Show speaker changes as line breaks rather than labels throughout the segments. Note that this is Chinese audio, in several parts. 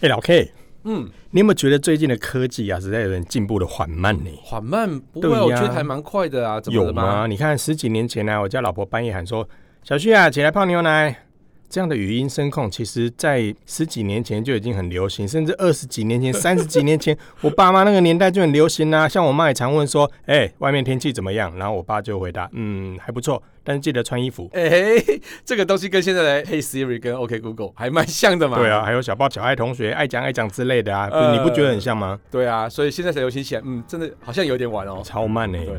哎，老 K，
嗯，
你有没有觉得最近的科技啊，实在有点进步的缓慢呢？
缓慢不会，
对呀
我觉得还蛮快的啊，怎么
有
了吗？
吗？你看十几年前呢、我叫老婆半夜喊说：“小旭啊，起来泡牛奶。”这样的语音声控，其实在十几年前就已经很流行，甚至二十几年 前、三十几年前，我爸妈那个年代就很流行啦、像我妈也常问说：“哎、外面天气怎么样？”然后我爸就回答：“嗯，还不错，但是记得穿衣服。
哎、这个东西跟现在的 Hey Siri 跟 OK Google 还蛮像的”嘛。
对啊，，还有小报、小爱同学爱讲爱讲之类的啊，不是
呃
你不觉得很像吗？
对啊，所以现在才流行起来，嗯，真的好像有点晚哦。
超慢呢、
对，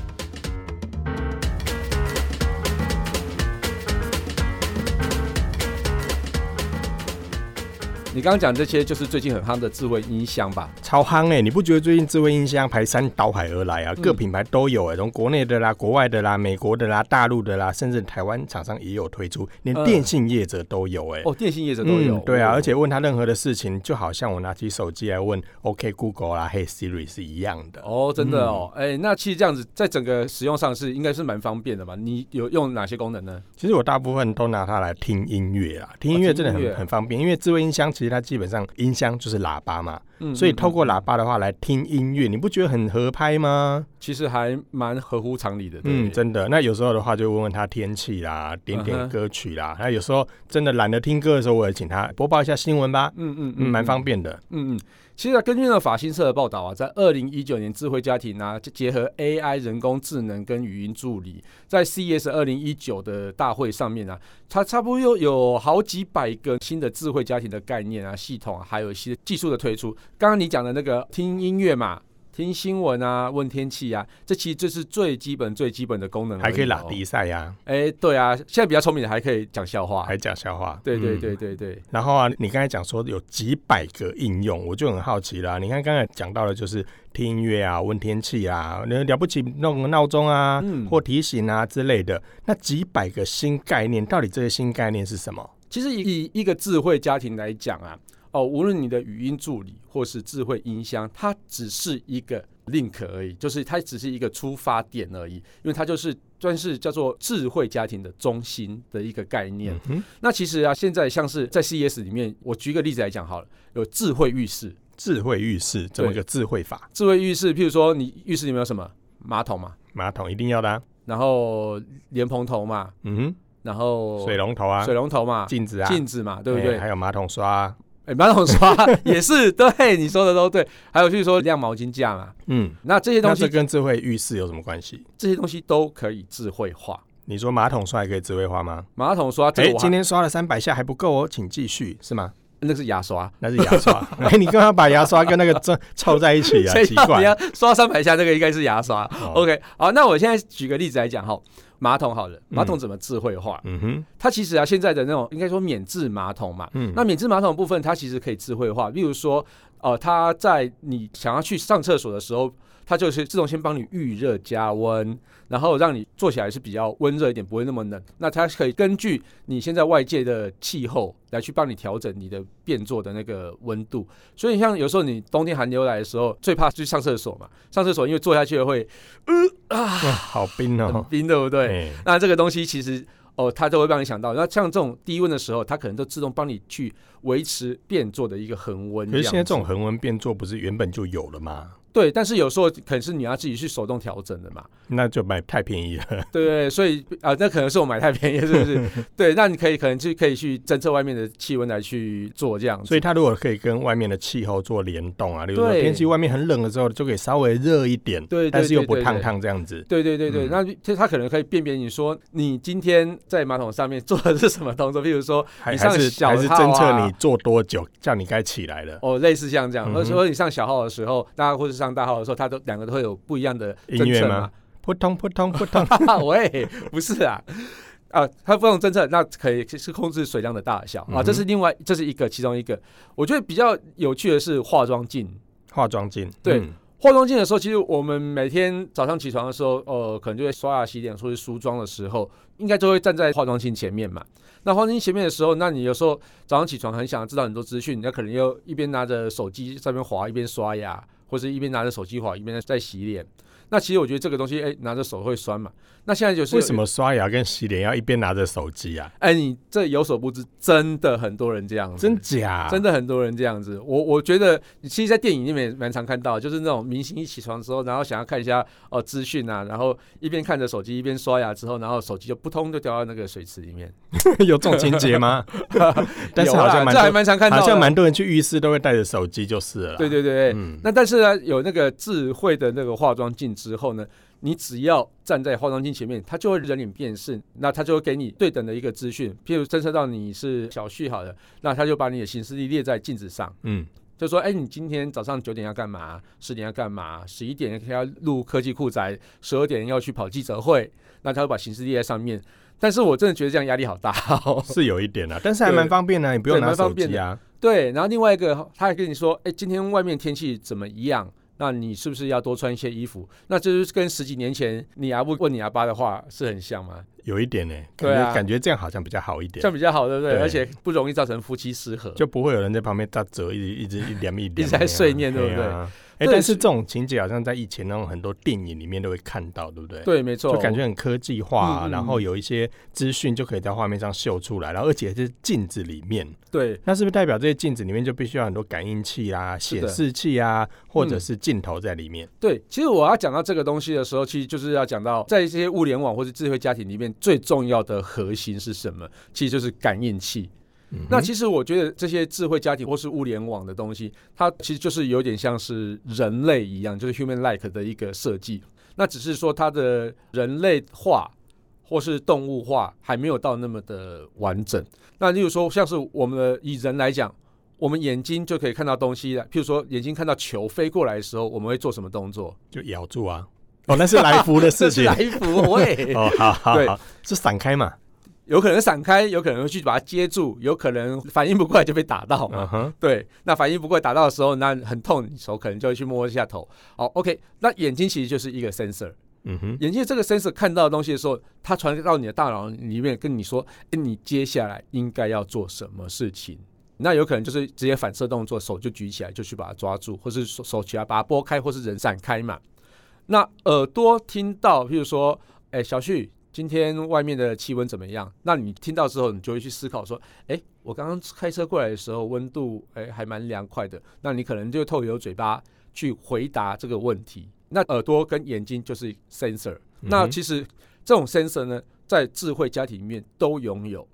你刚刚讲这些，就是最近很夯的智慧音箱吧？
超夯哎、你不觉得最近智慧音箱排山倒海而来啊？
嗯
各品牌都有哎、从国内的啦、国外的啦、美国的啦、大陆的啦，甚至台湾厂商也有推出，连
嗯
电信业者都有哎、
哦，电信业者都有。
对啊，
哦
而且问他任何的事情，就好像我拿起手机来问 OK Google 啦、Hey Siri 是一样的。
哦，真的哦，哎、那其实这样子，在整个使用上是应该是蛮方便的吧？你有用哪些功能呢？
其实我大部分都拿它来听音乐啦，听音乐真的
哦听音乐
很很方便，因为智慧音箱其实它基本上音箱就是喇叭嘛，
嗯
所以透过
来
喇叭的话来听音乐，你不觉得很合拍吗？
其实还蛮合乎常理的。对
嗯，真的。那有时候的话，就问问他天气啦，点
嗯哼
点歌曲啦。那有时候真的懒得听歌的时候，我也请他播报一下新闻吧，
嗯嗯
嗯，蛮方便的。
嗯嗯，其实、啊、根据那个法新社的报道啊，在二零一九年，智慧家庭呢、就结合 AI 人工智能跟语音助理，在 CES 二零一九的大会上面啊，它差不多有有好几百个新的智慧家庭的概念啊、系统啊，还有一些技术的推出。刚刚你讲的那个听音乐嘛。听新闻啊，问天气啊，这其实就是最基本、最基本的功能、
还可以拉。低赛呀，
哎、对啊，现在比较聪明的还可以讲笑话。
还讲笑话。
啊对对
嗯
对对对。
然后啊，你刚才讲说有几百个应用，我就很好奇啦。你看刚才讲到的就是听音乐啊、问天气啊，那了不起弄个闹钟啊、
嗯
或提醒啊之类的。那几百个新概念，到底这些新概念是什么？
其实以以一个智慧家庭来讲啊，哦，无论你的语音助理或是智慧音箱，它只是一个 link 而已，就是它只是一个出发点而已，因为它就是算是叫做智慧家庭的中心的一个概念。
哼，
那其实啊，现在像是在 CES 里面，我举一个例子来讲好了，有智慧浴室，
智慧浴室这么
对
个智慧法，
智慧浴室，譬如说你浴室里面有什么马桶嘛，
马桶一定要的、啊，
然后莲蓬头嘛，
嗯
然
哼，
后
水龙头啊，
哦水龙头嘛，
镜子啊，
镜子嘛，对不对
哎？还有马桶刷、啊，
哎，马桶刷也是对，你说的都对。还有就是说晾毛巾架嘛，
嗯，
那这些
那
东西
这跟智慧浴室有什么关系？
这些东西都可以智慧化。
你说马桶刷也可以智慧化吗？
马桶刷
哎、
这个我还、
今天刷了三百下还不够哦，请继续，是吗？
那是牙刷，
那是牙 刷，哎、你干嘛把牙刷跟那个这凑在一起啊？
谁
奇
要你
怪
要刷三百下，这个应该是牙刷。
哦
OK，好，那我现在举个例子来讲哈，马桶好了，
嗯
马桶怎么智慧化？
嗯哼，
它其实啊，现在的那种应该说免治马桶嘛，
嗯，
那免治马桶的部分，它其实可以智慧化，例如说，呃，它在你想要去上厕所的时候，它就是自动先帮你预热加温，然后让你坐起来是比较温热一点，不会那么冷。那它可以根据你现在外界的气候来去帮你调整你的便座的那个温度。所以像有时候你冬天寒流来的时候，最怕去上厕所嘛，上厕所因为坐下去会
哇好冰
很
哦。
冰，对不对？
哎，
那这个东西其实哦，它都会帮你想到。那像这种低温的时候，它可能都自动帮你去维持变做的一个恒温。
可是现在这种，恒温变做不是原本就有了吗？
对，但是有时候可能是你要自己去手动调整的嘛，
那就买太便 宜了。
对不对？所以啊、那可能是我买太便宜，是不是？ 对，那你可以可能就可以去侦测外面的气温来去做这样子。
所以它如果可以跟外面的气候做联动啊，例如说
对
天气外面很冷的时候，就可以稍微热一点，
对对
但是又不
对对
烫烫这样子。
对对对对，
嗯
那就它可能可以辨别你说你今天在马桶上面做的是什么动作，譬如说
还
你上
还是
小
还是
号啊
侦测你坐多久，叫你该起 来了。
哦，类似像这
嗯
样，
哼
而且或者你上小号的时候，大家或者上大号的时候，它都两个都会有不一样的
音
政
乐
策
吗
嘛。
扑通扑通扑 通，
哈，喂，不是啊。啊，它不用侦测，那可以是控制水量的大小
嗯
啊，
哼
这是另外，这是一个其中一个。我觉得比较有趣的是化妆镜，
化妆镜。
对
嗯
化妆间的时候，其实我们每天早上起床的时候，呃，可能就会刷牙、洗脸或是梳妆的时候，应该就会站在化妆镜前面嘛。那化妆镜前面的时候，那你有时候早上起床很想知道很多资讯，那可能又一边拿着手机在那边滑，一边刷牙，或是一边拿着手机滑，一边在洗脸。那其实我觉得这个东西，哎、拿着手会酸嘛。那现在就是
为什？么刷牙跟洗脸要一边拿着手机啊？
哎、你这有所不知，真的很多人这样子，
真啊假？
真的很多人这样子。我我觉得，其实，在电影里面也蛮常看到，就是那种明星一起床之后，然后想要看一下哦资讯啊，然后一边看着手机一边刷牙之后，然后手机就扑通就掉到那个水池里面。
有这种情节 吗？但是
有啦
好像蛮
这还
多，
蛮常看到的，
好像蛮多人去浴室都会带着手机就是了啦。
对对对。哎
嗯，
那但是呢，有那个智慧的那个化妆镜之后呢，你只要站在化妆镜前面，它就会人脸辨识，那它就会给你对等的一个资讯。譬如侦测到你是小旭好了， 那它就把你的行事历列在镜子上。
嗯，
就说，哎、你今天早上九点要干嘛？十点要干嘛？十一点要录科技酷宅，十二点要去跑记者会，那他会把形式列在上面。但是我真的觉得这样压力好大哦。
是有一点 啦，但是还
对
蛮方便的，你不用
对
拿
蛮
手
方便
机啊。
对，然后另外一个，他还跟你说，哎、今天外面天气怎么样？那你是不是要多穿一些衣服？那这就是跟十几年前你阿布问你阿爸的话是很像吗？
有一点呢、欸，感
对
觉、
啊
感觉这样好像比较好一点
这，样比较好，对不对？
对
而且不容易造成夫妻失和。
就不会有人在旁边打折，一直一直一点一点
一直在碎念对不对
哎、
对
但是
是
这种情节好像在以前那种很多电影里面都会看到，对不对？，
对，没错，
就感觉很科技化、啊
嗯嗯
然后有一些资讯就可以在画面上秀出来，然后而且是镜子里面，
对，
那是不是代表这些镜子里面就必须要很多感应器啊、
是
显
的嗯
示器啊，或者是镜头在里面？
对，其实我要讲到这个东西的时候，其实就是要讲到在这些物联网或是智慧家庭里面最重要的核心是什么？其实就是感应器。
嗯
那其实我觉得这些智慧家庭或是物联网的东西，它其实就是有点像是人类一样，就是 human like 的一个设计。那只是说它的人类化或是动物化还没有到那么的完整。那例如说，像是我们的以人来讲，我们眼睛就可以看到东西了。譬如说，眼睛看到球飞过来的时候，我们会做什么动作？
就咬住啊。哦，那是来福的事
这是
情。
来福 喂，
哦，好好
对
好，是散开嘛？
有可能闪开，有可能会去把它接住，有可能反应不过来就被打到嘛。
嗯哼，
对，那反应不过来打到的时候，那很痛，你手可能就会去摸一下头。好，OK，那眼睛其实就是一个 sensor，
嗯哼，
眼睛这个 sensor 看到的东西的时候，它传到你的大脑里面，跟你说，诶你接下来应该要做什么事情。那有可能就是直接反射动作，手就举起来就去把它抓住，或是手手起来把它拨开，或是人散开嘛。那耳朵听到，譬如说，哎、小旭，今天外面的气温怎么样？那你听到之后，你就会去思考说，哎、我刚刚开车过来的时候，温度哎、还蛮凉快的。那你可能就透由嘴巴去回答这个问题。那耳朵跟眼睛就是 sensor，、那其实这种 sensor 呢，在智慧家庭里面都拥有。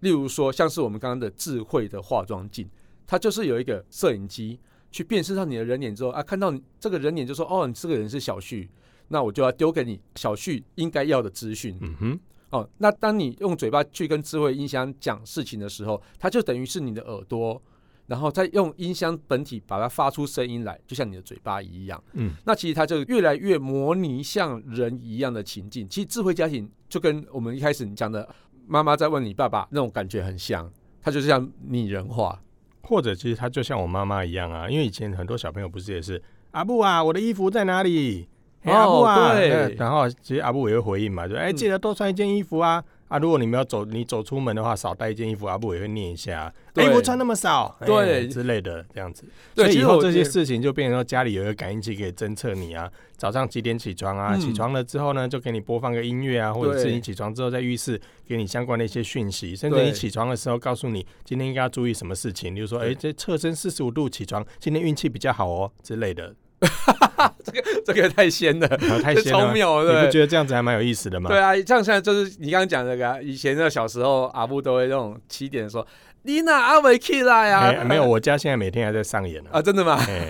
例如说，像是我们刚刚的智慧的化妆镜，它就是有一个摄影机去辨识到你的人脸之后啊，看到你这个人脸就说哦，你这个人是小旭，那我就要丢给你小旭应该要的资讯。
嗯哼，
哦，那当你用嘴巴去跟智慧音箱讲事情的时候，它就等于是你的耳朵，然后再用音箱本体把它发出声音来，就像你的嘴巴一样。
嗯，
那其实它就越来越模拟像人一样的情境。其实智慧家庭就跟我们一开始你讲的妈妈在问你爸爸那种感觉很像，它就是像拟人化。
或者其实他就像我妈妈一样啊，因为以前很多小朋友不是也是阿布啊，我的衣服在哪里？哎
哦
阿布啊，
对
那然后其实阿布也会回应嘛，就哎、
嗯
记得多穿一件衣服啊。啊，如果你们要走，你走出门的话，少带一件衣服，阿布也会念一下，哎
对
衣服穿那么少，哎
对
之类的这样子。
对
所以
其
以
实
后
我
这些
觉得
事情就变成说，家里有一个感应器可以侦测你啊，早上几点起床啊，
嗯
起床了之后呢，就给你播放个音乐啊，或者是
对
你起床之后在浴室给你相关的一些讯息，甚至
对
你起床的时候告诉你今天应该要注意什么事情，例如说，哎、
对
这侧身四十五度起床，今天运气比较好哦之类 的，
这个也太仙了，
然后太
这
闲了
超
吗。
妙了，对
你不觉得这样子还蛮有意思的吗？
对啊，像现在就是你刚刚讲那个啊，以前的小时候阿布都会那种七点说：“你哪阿伟起来呀、
哎没有，我家现在每天还在上演呢、
啊，真 的吗？
哎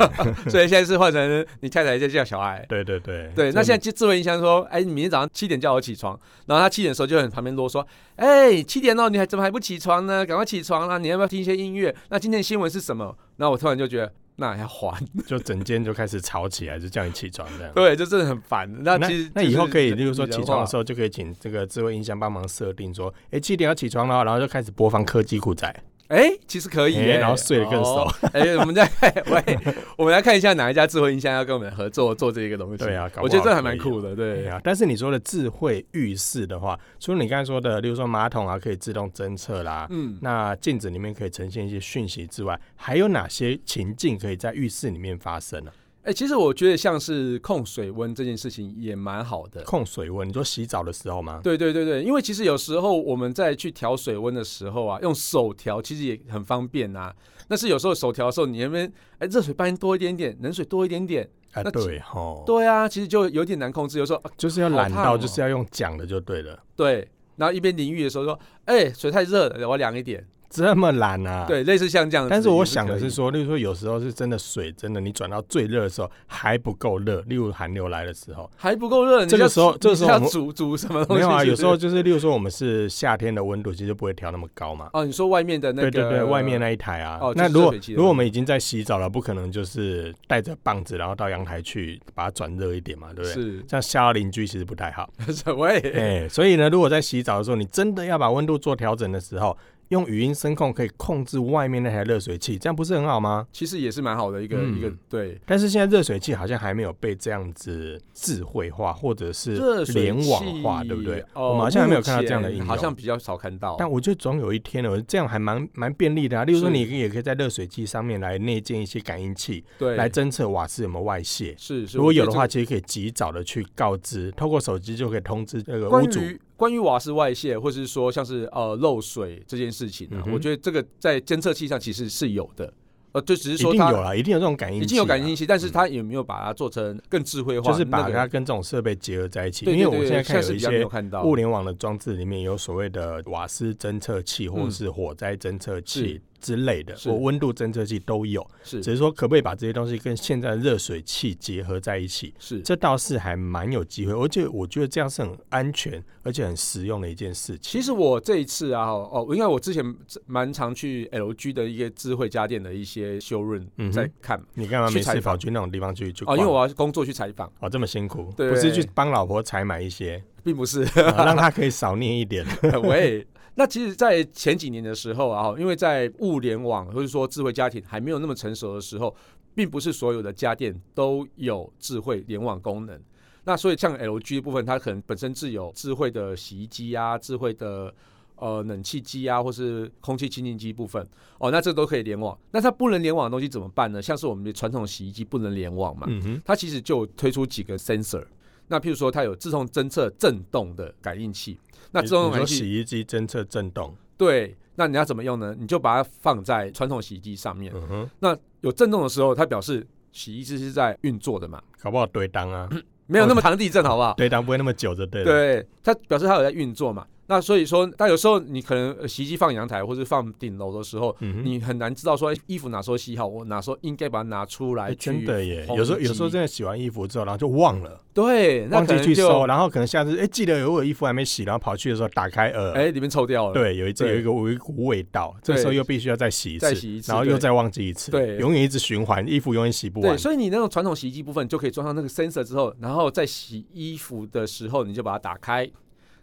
所以现在是换成你太太在叫小爱。
对对对
对，那现在就智慧音箱说：“哎、你明天早上七点叫我起床。”然后他七点的时候就很旁边啰嗦：“哎、七点哦，你还怎么还不起床呢？赶快起床啦！你要不要听一些音乐？那今天的新闻是什么？”然后我突然就觉得，那还要还？
就整间就开始吵起来，就叫你起床这样。
对，就真的很烦。那
那
其实
那以后可以，例
就
如说起床的时
候，
候，就可以请这个智慧音箱帮忙设定说，哎，七点要起床了哦，然后就开始播放科技酷仔，
哎，其实可以耶、
哎然后睡得更熟
哦。哎、我们再看，喂，我们来看一下哪一家智慧音箱要跟我们合作做这个东西。
对啊搞不好
我觉得这还蛮
可以
酷的。
对
对，
啊，但是你说的智慧浴室的话，除了你刚才说的，例如说马桶啊可以自动侦测啦，
嗯，
那镜子里面可以呈现一些讯息之外，还有哪些情境可以在浴室里面发生呢、
哎、其实我觉得像是控水温这件事情也蛮好的。
控水温，你说洗澡的时候吗？
对对对对，因为其实有时候我们在去调水温的时候啊，用手调其实也很方便啊。但是有时候手调的时候，你那边哎热水搬多一点点，冷水多一点点，
啊，
那
对吼，
对啊，其实就有点难控制。有时候、啊
就是要懒
好烫
到，
哦
就是要用讲的就对了，
对，然后一边淋浴的时候说，哎、水太热了，我要凉一点。
这么懒啊？。
对，类似像这样子。
但是我想的是
说，
说，例如说有时候是真的水真的你转到最热的时候还不够热，例如寒流来的时 候，
还不够热，你
这个
要
时候
煮
这个
你
时候
要
我们
煮煮什么东
没有
西？
啊，
是不
有时候
是
就是例如说我们是夏天的温度其实就不会调那么高嘛。
哦，你说外面的那个，
对对对，外面那一台啊。
哦就是
那如果
热水器的
如果
那
我们已经在洗澡了，不可能就是带着棒子，然后到阳台去把它转热一点嘛，对不对？
是
这样吓到邻居其实不太好。
什么？ 喂
哎、所以呢，如果在洗澡的时候，你真的要把温度做调整的时候，用语音声控可以控制外面那台热水器，这样不是很好吗？
其实也是蛮好的一个一个
嗯
对。
但是现在热水器好像还没有被这样子智慧化，或者是
热水
联网
器
化，对不对？
哦、
我们好像还没有看到这样的
目
应用，
前好像比较少看到。
但我觉得总有一天呢，这样还蛮蛮便利的啊。例如说，
是
你也可以在热水器上面来内建一些感应器，
对，
来侦测瓦斯有没有外泄。
是是，
如果有
我
的
觉得
话，其实可以及早的去告知，透过手机就可以通知那
这
个
个，
屋
关
主。
于关于瓦斯外泄，或是说像是呃漏水这件事情、啊
嗯哼
我觉得这个在监测器上其实是有的，呃，就只是
一
说
定
它
有啦，一定有这种感应器啊，
已经有感应器，但是
嗯
它有没有把它做成更智慧化？
就是把
那个
它跟这种设备结合在一起。
对对
因为我
对
现在
现在
看
是
有一
比较没
些
有看到
物联网的装置里面有所谓的瓦斯侦测器，或是火灾侦测器
嗯是
之类的，
是
或温度侦测器都有。
是
只是说可不可以把这些东西跟现在的热水器结合在一起？
是
这倒是还蛮有机会，而且我觉得这样是很安全而且很实用的一件事情。
其实我这一次啊，哦，因为我之前蛮常去 LG 的一个智慧家电的一些修润
嗯哼
在看嘛，
你干嘛没
去采
事
访
跑去那种地方去去
哦，
逛？
因为我要工作去采访，
哦这么辛苦，
对
不是去帮老婆采买一些，
并不是
啊让她可以少念一 点。
喂。那其实，在前几年的时候啊，因为在物联网或者说智慧家庭还没有那么成熟的时候，并不是所有的家电都有智慧联网功能。那所以像 LG 的部分，它可能本身自有智慧的洗衣机啊、智慧的呃冷气机啊，或是空气清净机部分哦，那这都可以联网。那它不能联网的东西怎么办呢？像是我们的传统洗衣机不能联网嘛，
嗯哼，
它其实就推出几个 sensor。那譬如说，它有自动侦测震动的感应器。那自动
你
感
说
应器
洗衣机侦测震动，
对，那你要怎么用呢？你就把它放在传统洗衣机上面。
嗯哼，
那有震动的时候，它表示洗衣机是在运作的嘛，
搞不好堆当 啊，
没有那么长地震，好不好？
堆当不会那么久就对了。
对，它表示它有在运作嘛。那所以说，但有时候你可能呃洗衣机放阳台或者放顶楼的时候，
嗯哼，
你很难知道说哎衣服哪时候洗好，我哪时候应该把它拿出来
哎
去。
真的耶，
烘
有时候有
机
时候真的洗完衣服之后，然后就忘了，
对，那
忘
可
记
能
去收，
就
然后可能下次哎记得有我有衣服还没洗，然后跑去的时候打开呃，
哎里面臭掉了。
对，有一阵有
对
一个有一股味道，这
对
时候又必须要再洗一次，
再洗一次
然后又
对
再忘记一次，
对
永远一直循环，衣服永远洗不完
对，。所以你那种传统洗衣机部分就可以装上那个 sensor 之后，然后在洗衣服的时候你就把它打开，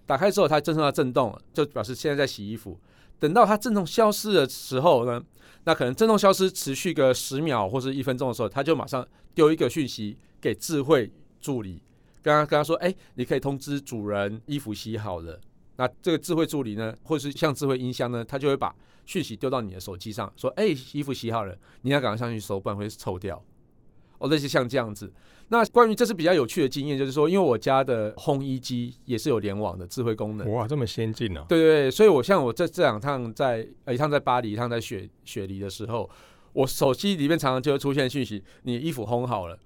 打开之后它震动到震动了，就表示现在在洗衣服。等到它震动消失的时候呢，那可能震动消失持续个十秒或是一分钟的时候，它就马上丢一个讯息给智慧助理，跟他跟他说：“哎、你可以通知主人衣服洗好了。”那这个智慧助理呢，或是像智慧音箱呢，它就会把讯息丢到你的手机上，说：“哎、衣服洗好了，你要赶快上去收，不然会臭掉。”哦，类似像这样子。那关于这次比较有趣的经验，就是说，因为我家的烘衣机也是有联网的智慧功能，
哇，这么先进 哦！
对对对，所以我像我这这两趟在呃一趟在巴黎，一趟在雪雪梨的时候，我手机里面常常就会出现讯息，你衣服烘好了。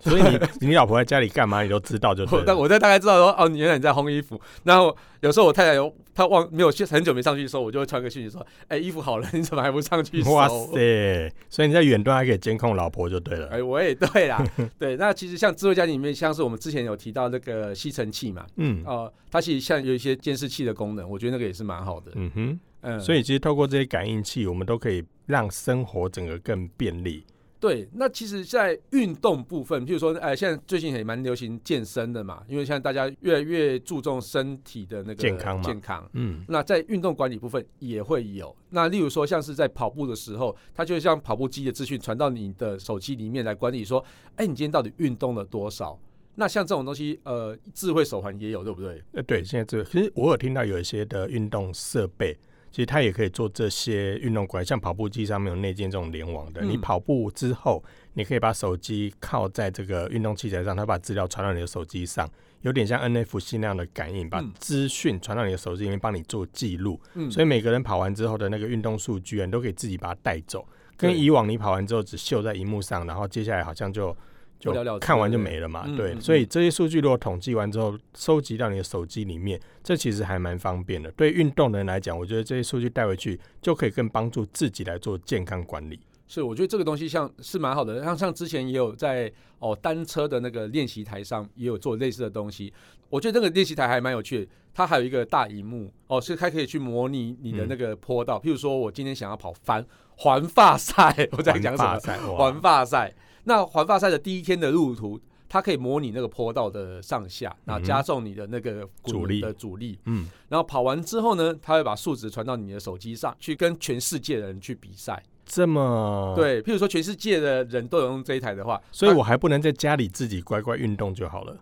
所以你你老婆在家里干嘛，你都知道就对
我大
了。
我在大概知道说，哦，你原来你在烘衣服。然后有时候我太太有她忘没有去很久没上去的时候，我就会传个讯息说，哎、衣服好了，你怎么还不上去收？
哇塞！所以你在远端还可以监控老婆就对了。
哎，我也对 啦，对。那其实像智慧家庭里面，像是我们之前有提到那个吸尘器嘛，
嗯
呃，它其实像有一些监视器的功能，我觉得那个也是蛮好的。
嗯哼，
嗯，
所
以
以其实透过这些感应器，我们都可以让生活整个更便利，
对，那其实，在运动部分，譬如说，哎，现在最近也蛮流行健身的嘛，因为现在大家越来越注重身体的那个
健康嘛
健康。
嗯，
那在运动管理部分也会有，那例如说像是在跑步的时候，它就会像跑步机的资讯传到你的手机里面来管理，说，哎，你今天到底运动了多少？那像这种东西，呃，智慧手环也有，对不对？
呃，对，现在这个其实我有听到有一些的运动设备，其实它也可以做这些运动管理，像跑步机上面有内建这种联网的，
嗯
你跑步之后，你可以把手机靠在这个运动器材上，它把资料传到你的手机上，有点像 NFC 那样的感应，把
嗯
资讯传到你的手机里面，帮你做记录。
嗯，
所以每个人跑完之后的那个运动数据啊，你都可以自己把它带走。
对
跟以往你跑完之后只秀在荧幕上，然后接下来好像就
就了了之
看完就没了嘛。
对不对
对，
嗯嗯
所以这些数据如果统计完之后，收集到你的手机里面，这其实还蛮方便的。对运动的人来讲，我觉得这些数据带回去就可以更帮助自己来做健康管理。
所以我觉得这个东西像是蛮好的，像像之前也有在哦单车的那个练习台上也有做类似的东西，我觉得那个练习台还蛮有趣的，它还有一个大荧幕哦，是还可以去模拟你
嗯
的那个坡道，譬如说我今天想要跑环环法赛，我在讲什
环法？
么
赛哇
环法赛，那环法赛的第一天的路途，它可以模拟那个坡道的上下，然后加重你的那个滚
阻嗯
轮
力
的阻力，
嗯，
然后跑完之后呢，它会把数值传到你的手机上去跟全世界的人去比赛。
这么，
对，啊譬如说全世界的人都有用这一台的话，
哦所以我还不能在家里自己乖乖运动就好了。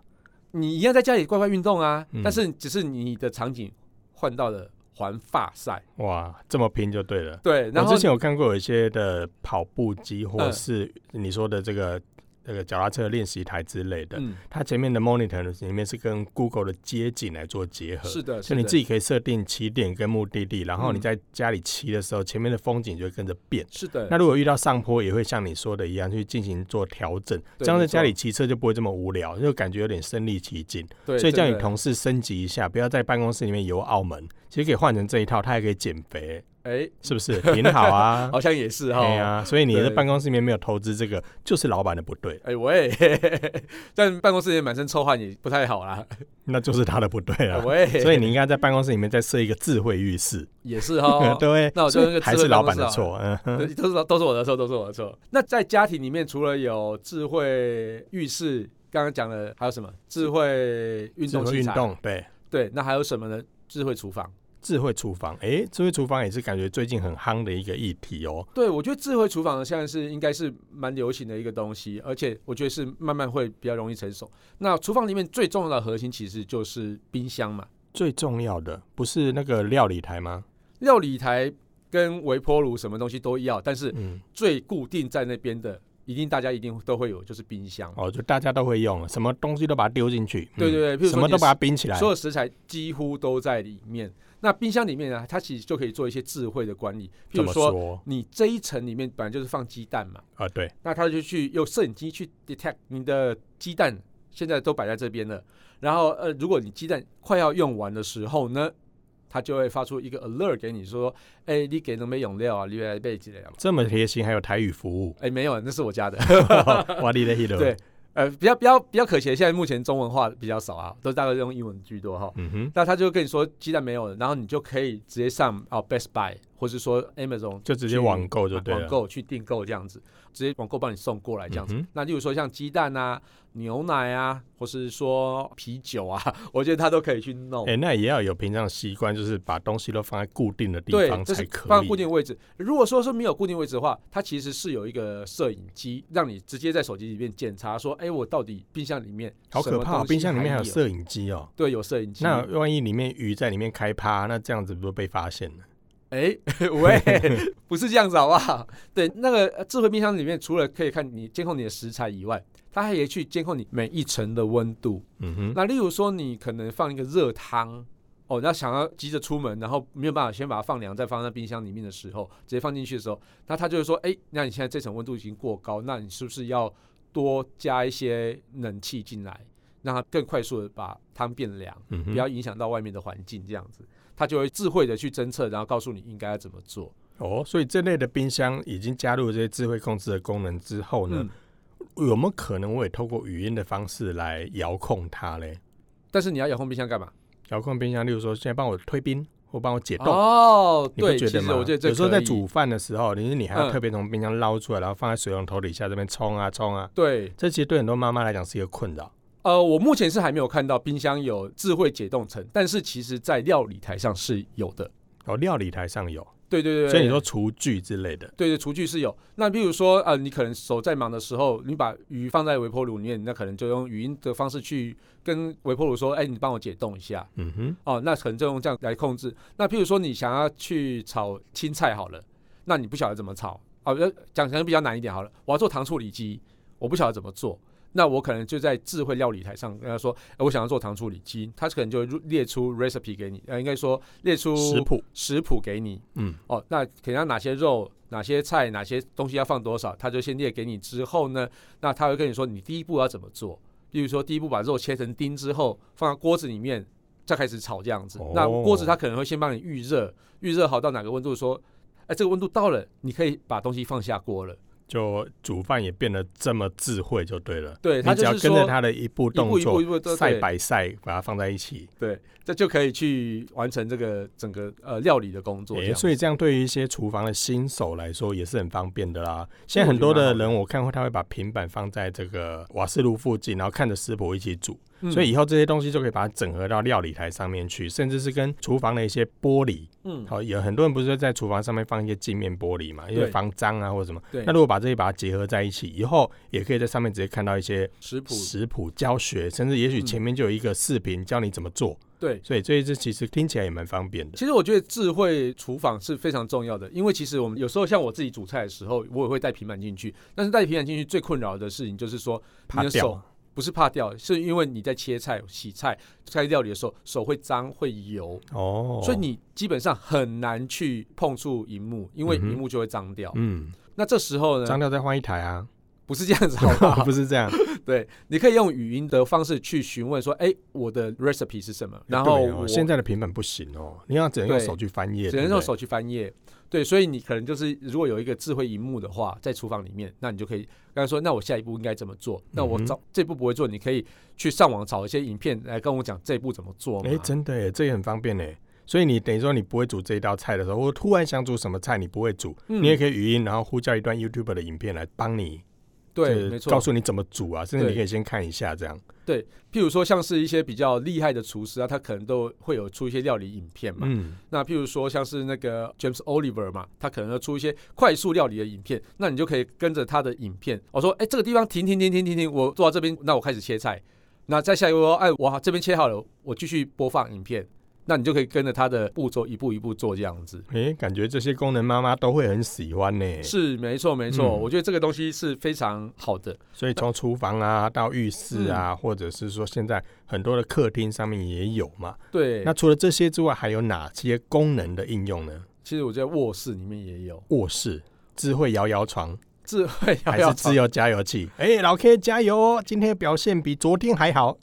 你一样在家里乖乖运动啊，
嗯
但是只是你的场景换到了环发赛，
哇，这么拼就对了。
对，然
我
后
之前有看过有一些的跑步机，或
嗯
是你说的这个这个脚踏车练习台之类的，
嗯，
它前面的 monitor 里面是跟 Google 的街景来做结合，
是的，
所
是
以
的
你自己可以设定起点跟目的地，然后你
嗯
在家里骑的时候，前面的风景就会跟着变。
是的，
那如果遇到上坡，也会像你说的一样去进行做调整，这
对
样在
没错
家里骑车就不会这么无聊，就感觉有点身临其境。
对，
所以叫
真
你
的
同事升级一下，不要在办公室里面游澳门，其实可以换成这一套，它还可以减肥，
哎，
是不 是？挺好啊。
好像也是哈，
对啊，所以你在
哦对
办公室里面没有投资这个，就是老板的不对，
哎喂， 但办公室里满身臭汗也不太好啦，
那就是他的不对
哎
啊。
喂，
所以你应该在办公室里面再设一个智慧浴室，
也是哈。
对，
哦那我就
所以
用一个智慧
还是老板的
办公室
错，嗯哼，
对都是都是我的错，都是我的错。那在家庭里面，除了有智慧浴室，刚刚讲了，还有什么智慧运
智
动
慧
器
运
材？
动，对，
对，那还有什么呢？智慧厨房。
智慧厨房，诶，智慧厨房也是感觉最近很夯的一个议题哦。
对，我觉得智慧厨房现在是应该是蛮流行的一个东西，而且我觉得是慢慢会比较容易成熟。那厨房里面最重要的核心其实就是冰箱嘛，
最重要的不是那个料理台吗？
料理台跟微波炉什么东西都要，但是
嗯，
最固定在那边的，一定大家一定都会有，就是冰箱。
哦，就大家都会用，什么东西都把它丢进去，嗯
对对对譬如说
什么
你
都
的
把它冰起来
所，有食材几乎都在里面。那冰箱里面呢，它其实就可以做一些智慧的管理，譬
怎
如
么
说
说
你这一层里面本来就是放鸡蛋嘛，
啊？对，
那它就去用摄影机去 detect 你的鸡蛋现在都摆在这边了，然后呃，如果你鸡蛋快要用完的时候呢，它就会发出一个 alert 给你说，哎、你给能没用料啊，你来备几料。
这么贴心，还有台语服务
，哎、没有，那是我家的。
哇，你的 h e
对，呃，比较比较比较可惜，现在目前中文化比较少啊，都大概用英文居多哈。
嗯哼，
那他就跟你说鸡蛋没有了，然后你就可以直接上哦 Best Buy 或是说 Amazon
就直接
去啊
网购就对了
网购去订购这样子，直接网购帮你送过来这样
嗯
子。
哼
那例如说像鸡蛋啊、牛奶啊，或是说啤酒啊， 我觉得他都可以去弄。
哎、那也要有平常的习惯，就是把东西都放在固定的地
对
方，
这
才
是
可以。
放固定位置。如果说是没有固定位置的话，它其实是有一个摄影机，让你直接在手机里面检查说，哎，我到底冰箱里面
好
什
可
么
怕、哦！
东西
冰箱里面还有
还
摄影机哦。
对有摄影机。
那万一里面鱼在里面开趴，那这样子不就被发现了？
哎、 喂，不是这样子好不好？对，那个呃智慧冰箱里面，除了可以看你监控你的食材以外，它还可以去监控你每一层的温度。
嗯哼，
那例如说，你可能放一个热汤，哦，那想要急着出门，然后没有办法先把它放凉，再放在冰箱里面的时候，直接放进去的时候，那它就会说，哎、那你现在这层温度已经过高，那你是不是要多加一些冷气进来，让它更快速的把汤变凉？
嗯
不
哼，
要影响到外面的环境，这样子，它就会智慧的去侦测，然后告诉你应该要怎么做。
哦，所以这类的冰箱已经加入这些智慧控制的功能之后呢，
嗯，
有没有可能我也透过语音的方式来遥控它嘞？
但是你要遥控冰箱干嘛？
遥控冰箱，例如说现在帮我推冰，或帮我解冻。
哦，
你不
对，
觉
其
得
实
吗？
我觉得这
有时候
可
在
以
煮饭的时候，你你还要
嗯
特别从冰箱捞出来，然后放在水龙头底下这边冲啊冲啊，
对，
这其实对很多妈妈来讲是一个困扰。
呃，我目前是还没有看到冰箱有智慧解冻层，但是其实在料理台上是有的。
哦，料理台上有，
对对对，
所以你说厨具之类的，
对对，厨具是有。那比如说，呃，你可能手在忙的时候，你把鱼放在微波炉里面，那可能就用语音的方式去跟微波炉说：“哎，你帮我解冻一下。
嗯哼，”
哦，那可能就用这样来控制。那譬如说，你想要去炒青菜好了，那你不晓得怎么炒，哦，要讲讲比较难一点好了。我要做糖醋里脊，我不晓得怎么做。那我可能就在智慧料理台上跟他说：“哎，我想要做糖醋里脊。”他可能就会列出 recipe 给你，呃，应该说列出
食谱，
食谱给你。
嗯，
哦，那可能要哪些肉、哪些菜、哪些东西要放多少，他就先列给你。之后呢，那他会跟你说你第一步要怎么做。比如说，第一步把肉切成丁之后，放到锅子里面，再开始炒这样子。
哦
那锅子它可能会先帮你预热，预热好到哪个温度说。哎，这个温度到了，你可以把东西放下锅了。
就煮饭也变得这么智慧就对了。
对他
你只要
就是
跟着
说
他的一步
一
动
步一步
作
一，步都
赛
对，
百赛把它放在一起。
对，这就可以去完成这个整个呃料理的工作这
诶
样子。
所以这样对于一些厨房的新手来说也是很方便的啦。现在
这我
很
觉
多
得
的
蛮好的
人，我看过他会把平板放在这个瓦斯炉附近，然后看着食谱一起煮，
嗯
所以以后这些东西就可以把它整合到料理台上面去，甚至是跟厨房的一些玻璃。
嗯，
好，有很多人不是在厨房上面放一些镜面玻璃嘛，因为
对
防脏啊或者什么。
对
那，如果把这些把它结合在一起，以后也可以在上面直接看到一些
食谱
食谱教学，甚至也许
嗯
前面就有一个视频教你怎么做。
对，
所以这一支其实听起来也蛮方便的。
其实我觉得智慧厨房是非常重要的，因为其实我们有时候像我自己煮菜的时候，我也会带平板进去。但是带平板进去最困扰的事情就是说，
怕
你的
掉
手不是怕掉，是因为你在切菜、洗菜、在料理的时候手会脏会油，
哦，
所以你基本上很难去碰触荧幕，因为
嗯哼
荧幕就会脏掉。
嗯，
那这时候
张
呢，
掉再换一台 啊，
不是这样子好 不好？
不是这样，
对，你可以用语音的方式去询问说，哎，我的 recipe 是什么？然后
对哦
我
现在的平板不行哦，你要只能用
对
手去翻页，
只能
对
用
不对。
手去翻页。对，所以你可能就是如果有一个智慧荧幕的话，在厨房里面，那你就可以刚才说，那我下一步应该怎么做？那我
嗯哼
找、这步不会做，你可以去上网找一些影片来跟我讲这步怎么做嘛。
哎，真的耶，这也很方便哎。所以你等于说你不会煮这一道菜的时候，或突然想煮什么菜你不会煮，
嗯
你也可以语音，然后呼叫一段 YouTube 的影片来帮你，
对，
就是
没
告
错。
诉你怎么煮啊，甚至
对
你可以先看一下这样。
譬如说，像是一些比较厉害的厨师啊，他可能都会有出一些料理影片嘛。
嗯，
那譬如说，像是那个 James Oliver 嘛，他可能要出一些快速料理的影片，那你就可以跟着他的影片，我说，哎、这个地方停停停停停停，我做到这边，那我开始切菜，那再下一个说，哎，我这边切好了，我继续播放影片，那你就可以跟着他的步骤一步一步做这样子。
哎，感觉这些功能妈妈都会很喜欢呢。
是没错没错，
嗯
我觉得这个东西是非常好的。
所以从厨房啊到浴室啊，
嗯
或者是说现在很多的客厅上面也有嘛。
对，
那除了这些之外，还有哪些功能的应用呢？
其实我在卧室里面也有
卧室智慧摇摇 床
智慧摇
还是
摇
自
床，
由加油器？哎、老 K 加油哦！今天的表现比昨天还 好。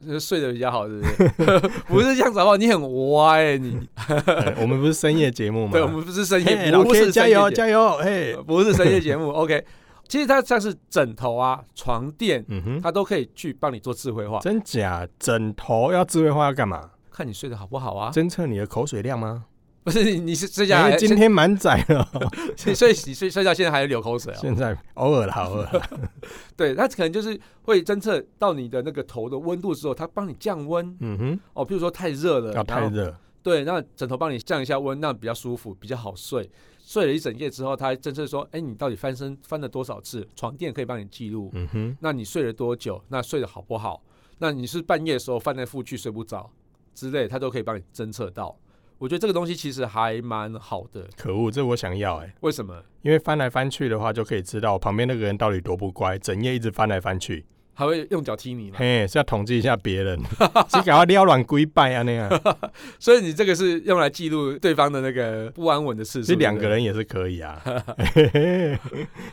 就是睡得比较好，是不是？ 不是这样子的话，你很歪、你。
呃 我们不是深夜节目吗？
对，我们不是深
嘿
夜，
老
不是
K
深
加
夜
油
节目
加油！嘿，
呃不是深夜节目。OK，其实它像是枕头啊、床垫，
嗯哼，
它都可以去帮你做智慧化，
真假枕头要智慧化要干嘛？
看你睡得好不好啊。
侦测你的口水量吗？
不是 你你是睡觉
哎、
还
今天蛮窄了，
所以所以你睡睡觉现在还流口水啊？
现在偶尔啦，偶尔 啦。
对，它可能就是会侦测到你的那个头的温度之后，它帮你降温
嗯哼，
哦。譬如说太热了，
要啊太
然后
热，
对，那枕头帮你降一下温，那比较舒服，比较好睡。睡了一整夜之后，它还侦测说，哎、你到底翻身翻了多少次？床垫可以帮你记录，
嗯哼。
那你睡了多久？那睡得好不好？那你是半夜的时候翻来覆去睡不着之类，它都可以帮你侦测到。我觉得这个东西其实还蛮好的。
可恶，这我想要哎、
为什么？
因为翻来翻去的话，就可以知道旁边那个人到底多不乖，整夜一直翻来翻去。
还会用脚踢你嘛？
嘿，是要统计一下别人， 是赶快撩软龟拜啊那 样。
所以你这个是用来记录对方的那个不安稳的次数。
这两
对不
个
对
人也是可以 啊。嘿嘿嘿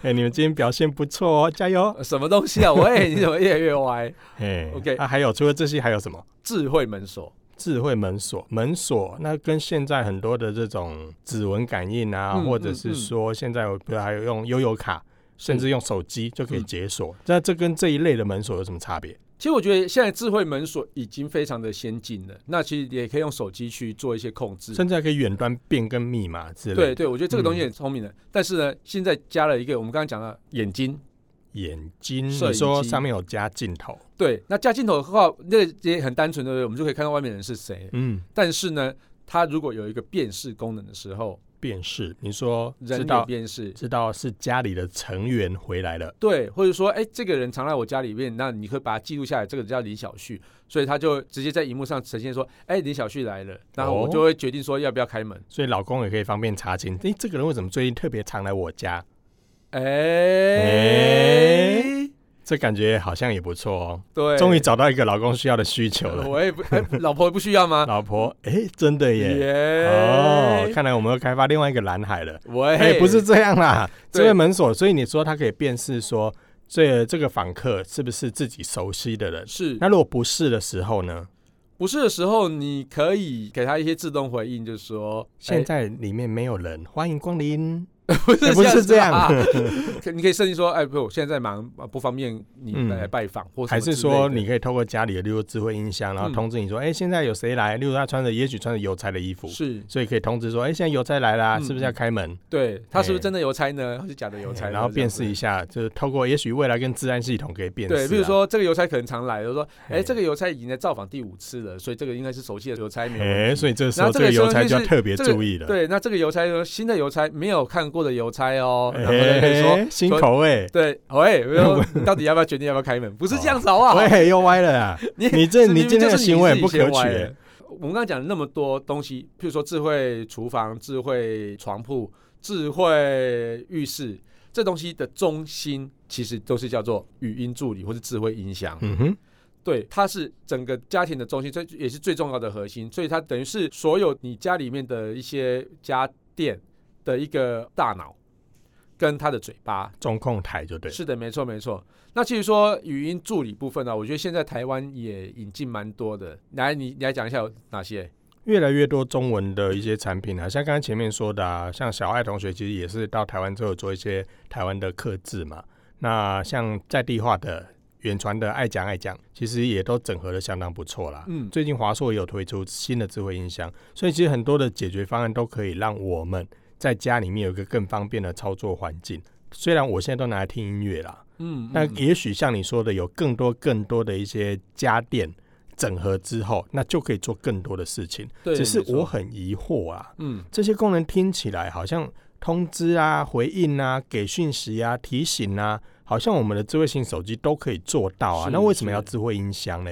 哎，你们今天表现不错哦，加油！
呃什么东西啊？喂，你怎么越来越歪？
嘿
OK
啊，还有除了这些还有什么？
智慧门锁，
智慧门锁，门锁那跟现在很多的这种指纹感应啊，
嗯
或者是说现在有比如还有用悠游卡，甚至用手机就可以
嗯
解锁。那这跟这一类的门锁有什么差别？
其实我觉得现在智慧门锁已经非常的先进了，那其实也可以用手机去做一些控制。
甚至还可以远端变更密码之类
对
的。
对，我觉得这个东西很聪明的。但是呢，现在加了一个我们刚刚讲的眼睛，
眼睛，
摄影
你说
机
上面有加镜头，
对，那加镜头的话，那个也很单纯，对不对？我们就可以看到外面人是谁。
嗯，
但是呢，它如果有一个辨识功能的时候，
辨识，你说知
人脸
道
辨识，
知道是家里的成员回来了，
对，或者说，哎，这个人常来我家里面，那你可以把它记录下来，这个叫李小旭，所以他就直接在荧幕上呈现说，哎，李小旭来了，然后我
哦
就会决定说要不要开门。
所以老公也可以方便查清，诶，这个人为什么最近特别常来我家？
哎、
哎这感觉好像也不错哦，
对，
终于找到一个老公需要的需求
呃
了。
我也不，哎，老婆不需要 吗？
老婆，哎、真的耶！
耶
哦，看来我们又开发另外一个蓝海了。
喂、
哎、不是这样啦，
对
这个门锁，所以你说它可以辨识说这这个访客是不是自己熟悉的人。
是，哎
那如果不是的时候呢？
不是的时候，你可以给他一些自动回应，就是说
现在
在、
里面没有人，欢迎光临。
不是
哎不是这样
啊， 可你可以设定说，哎，不，我现在忙，啊不方便你
嗯
来拜访，或什
还
么
是
之类的
说你可以透过家里的，例如智慧音箱，然后
嗯
通知你说，哎、现在有谁来？例如他穿着，也许穿着邮差的衣服，
是
所以可以通知说，哎、现在邮差来啦，
嗯
是不是要开门？
对他是不
哎
是真的邮差呢，还是假的邮差呢？
然后
这样
辨
子
识一下，就是透过也许未来跟治安系统可以辨识、啊。
对，比如说这个邮差可能常来，就说，哎，
嘿
这个邮差已经在造访第五次了，所以这个应该是熟悉的邮差，没有
哎、
问题
所以这时候
然后
这
这
个
个
邮差
时候
就
就
要
是
特别
这个
注意了。
对，那这个邮差呢，新的邮差没有看过的邮差哦，然后
哎欸
呢可以说
新
说
口味，
对，喂， 我说你到底要不要决定要不要开门？不是这样子好不好？
喂，又歪了 啊！
你
你这
明
你
明
今天
就
的
是
行为
自己
不可
先歪
取欸
了。我们刚刚讲了那么多东西，譬如说智慧厨房、智慧床铺、智慧浴室，这东西的中心其实都是叫做语音助理或是智慧音箱。
嗯哼，
对，它是整个家庭的中心，这也是最重要的核心。所以它等于是所有你家里面的一些家电的一个大脑跟它的嘴巴，
中控台就对了。
是的，没错没错。那其实说语音助理部分呢、我觉得现在台湾也引进蛮多的。来，你你来讲一下有哪些？
越来越多中文的一些产品啊，像刚才前面说的啊，像小爱同学其实也是到台湾之后做一些台湾的克制嘛。那像在地化的、远传的爱讲爱讲，其实也都整合的相当不错啦。
嗯，
最近华硕也有推出新的智慧音箱，所以其实很多的解决方案都可以让我们在家里面有一个更方便的操作环境。虽然我现在都拿来听音乐啦，
嗯，
但
嗯
呃也许像你说的，有更多更多的一些家电整合之后，那就可以做更多的事情。
对，
只是
没错
我，很疑惑啊，
嗯，
这些功能听起来好像通知啊、回应啊、给讯息啊、提醒啊，好像我们的智慧型手机都可以做到啊。
是
那为什么
是
要智慧音箱呢？